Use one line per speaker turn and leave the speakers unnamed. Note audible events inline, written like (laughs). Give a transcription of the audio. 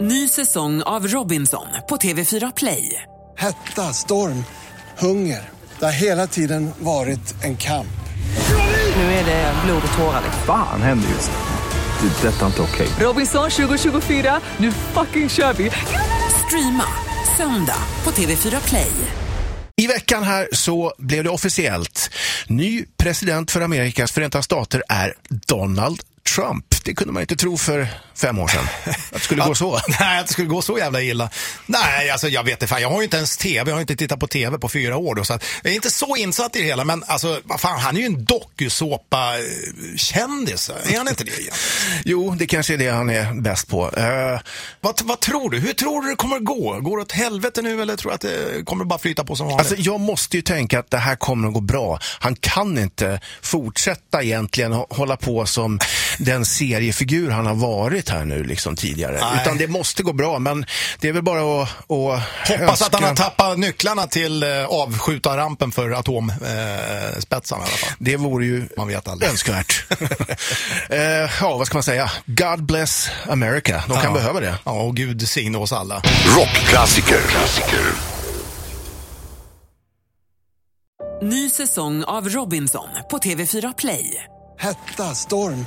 Ny säsong av Robinson på TV4 Play.
Hetta, storm, hunger. Det har hela tiden varit en kamp.
Nu är det blod och tårar.
Fan händer just nu. Det. är Detta är inte okej.
Robinson 2024, nu fucking kör vi! Streama söndag på TV4 Play.
I veckan här så blev det officiellt. Ny president för Amerikas förenta stater är Donald Trump. Det kunde man inte tro för fem år sedan. Att det
(laughs)
skulle gå så.
Nej, att det skulle gå så jävla illa. Nej, alltså jag vet inte fan. Jag har ju inte ens tv. Jag har inte tittat på tv på fyra år då. Så att, jag är inte så insatt i det hela. Men alltså, vad fan, han är ju en dokusåpa-kändis. Är han inte det egentligen?
Jo, det kanske är det han är bäst på. Eh,
Vad, vad tror du? Hur tror du det kommer gå? Går det åt helvete nu eller tror du att det kommer bara flyta på som vanligt?
Alltså, jag måste ju tänka att det här kommer att gå bra. Han kan inte fortsätta egentligen hå- hålla på som den seriefigur han har varit här nu liksom tidigare.
Nej.
Utan det måste gå bra, men det är väl bara att, att
Hoppas att han har
önska-
tappat nycklarna till eh, avskjutarrampen för atomspetsarna eh, spetsarna i alla fall.
Det vore ju
Man vet aldrig.
önskvärt. eh, ja, vad ska man säga? God bless America. De kan
Ja.
behöva det.
Ja, och Gud signe oss alla.
Rockklassiker. Klassiker.
Ny säsong av Robinson på TV4 Play.
Hetta, storm,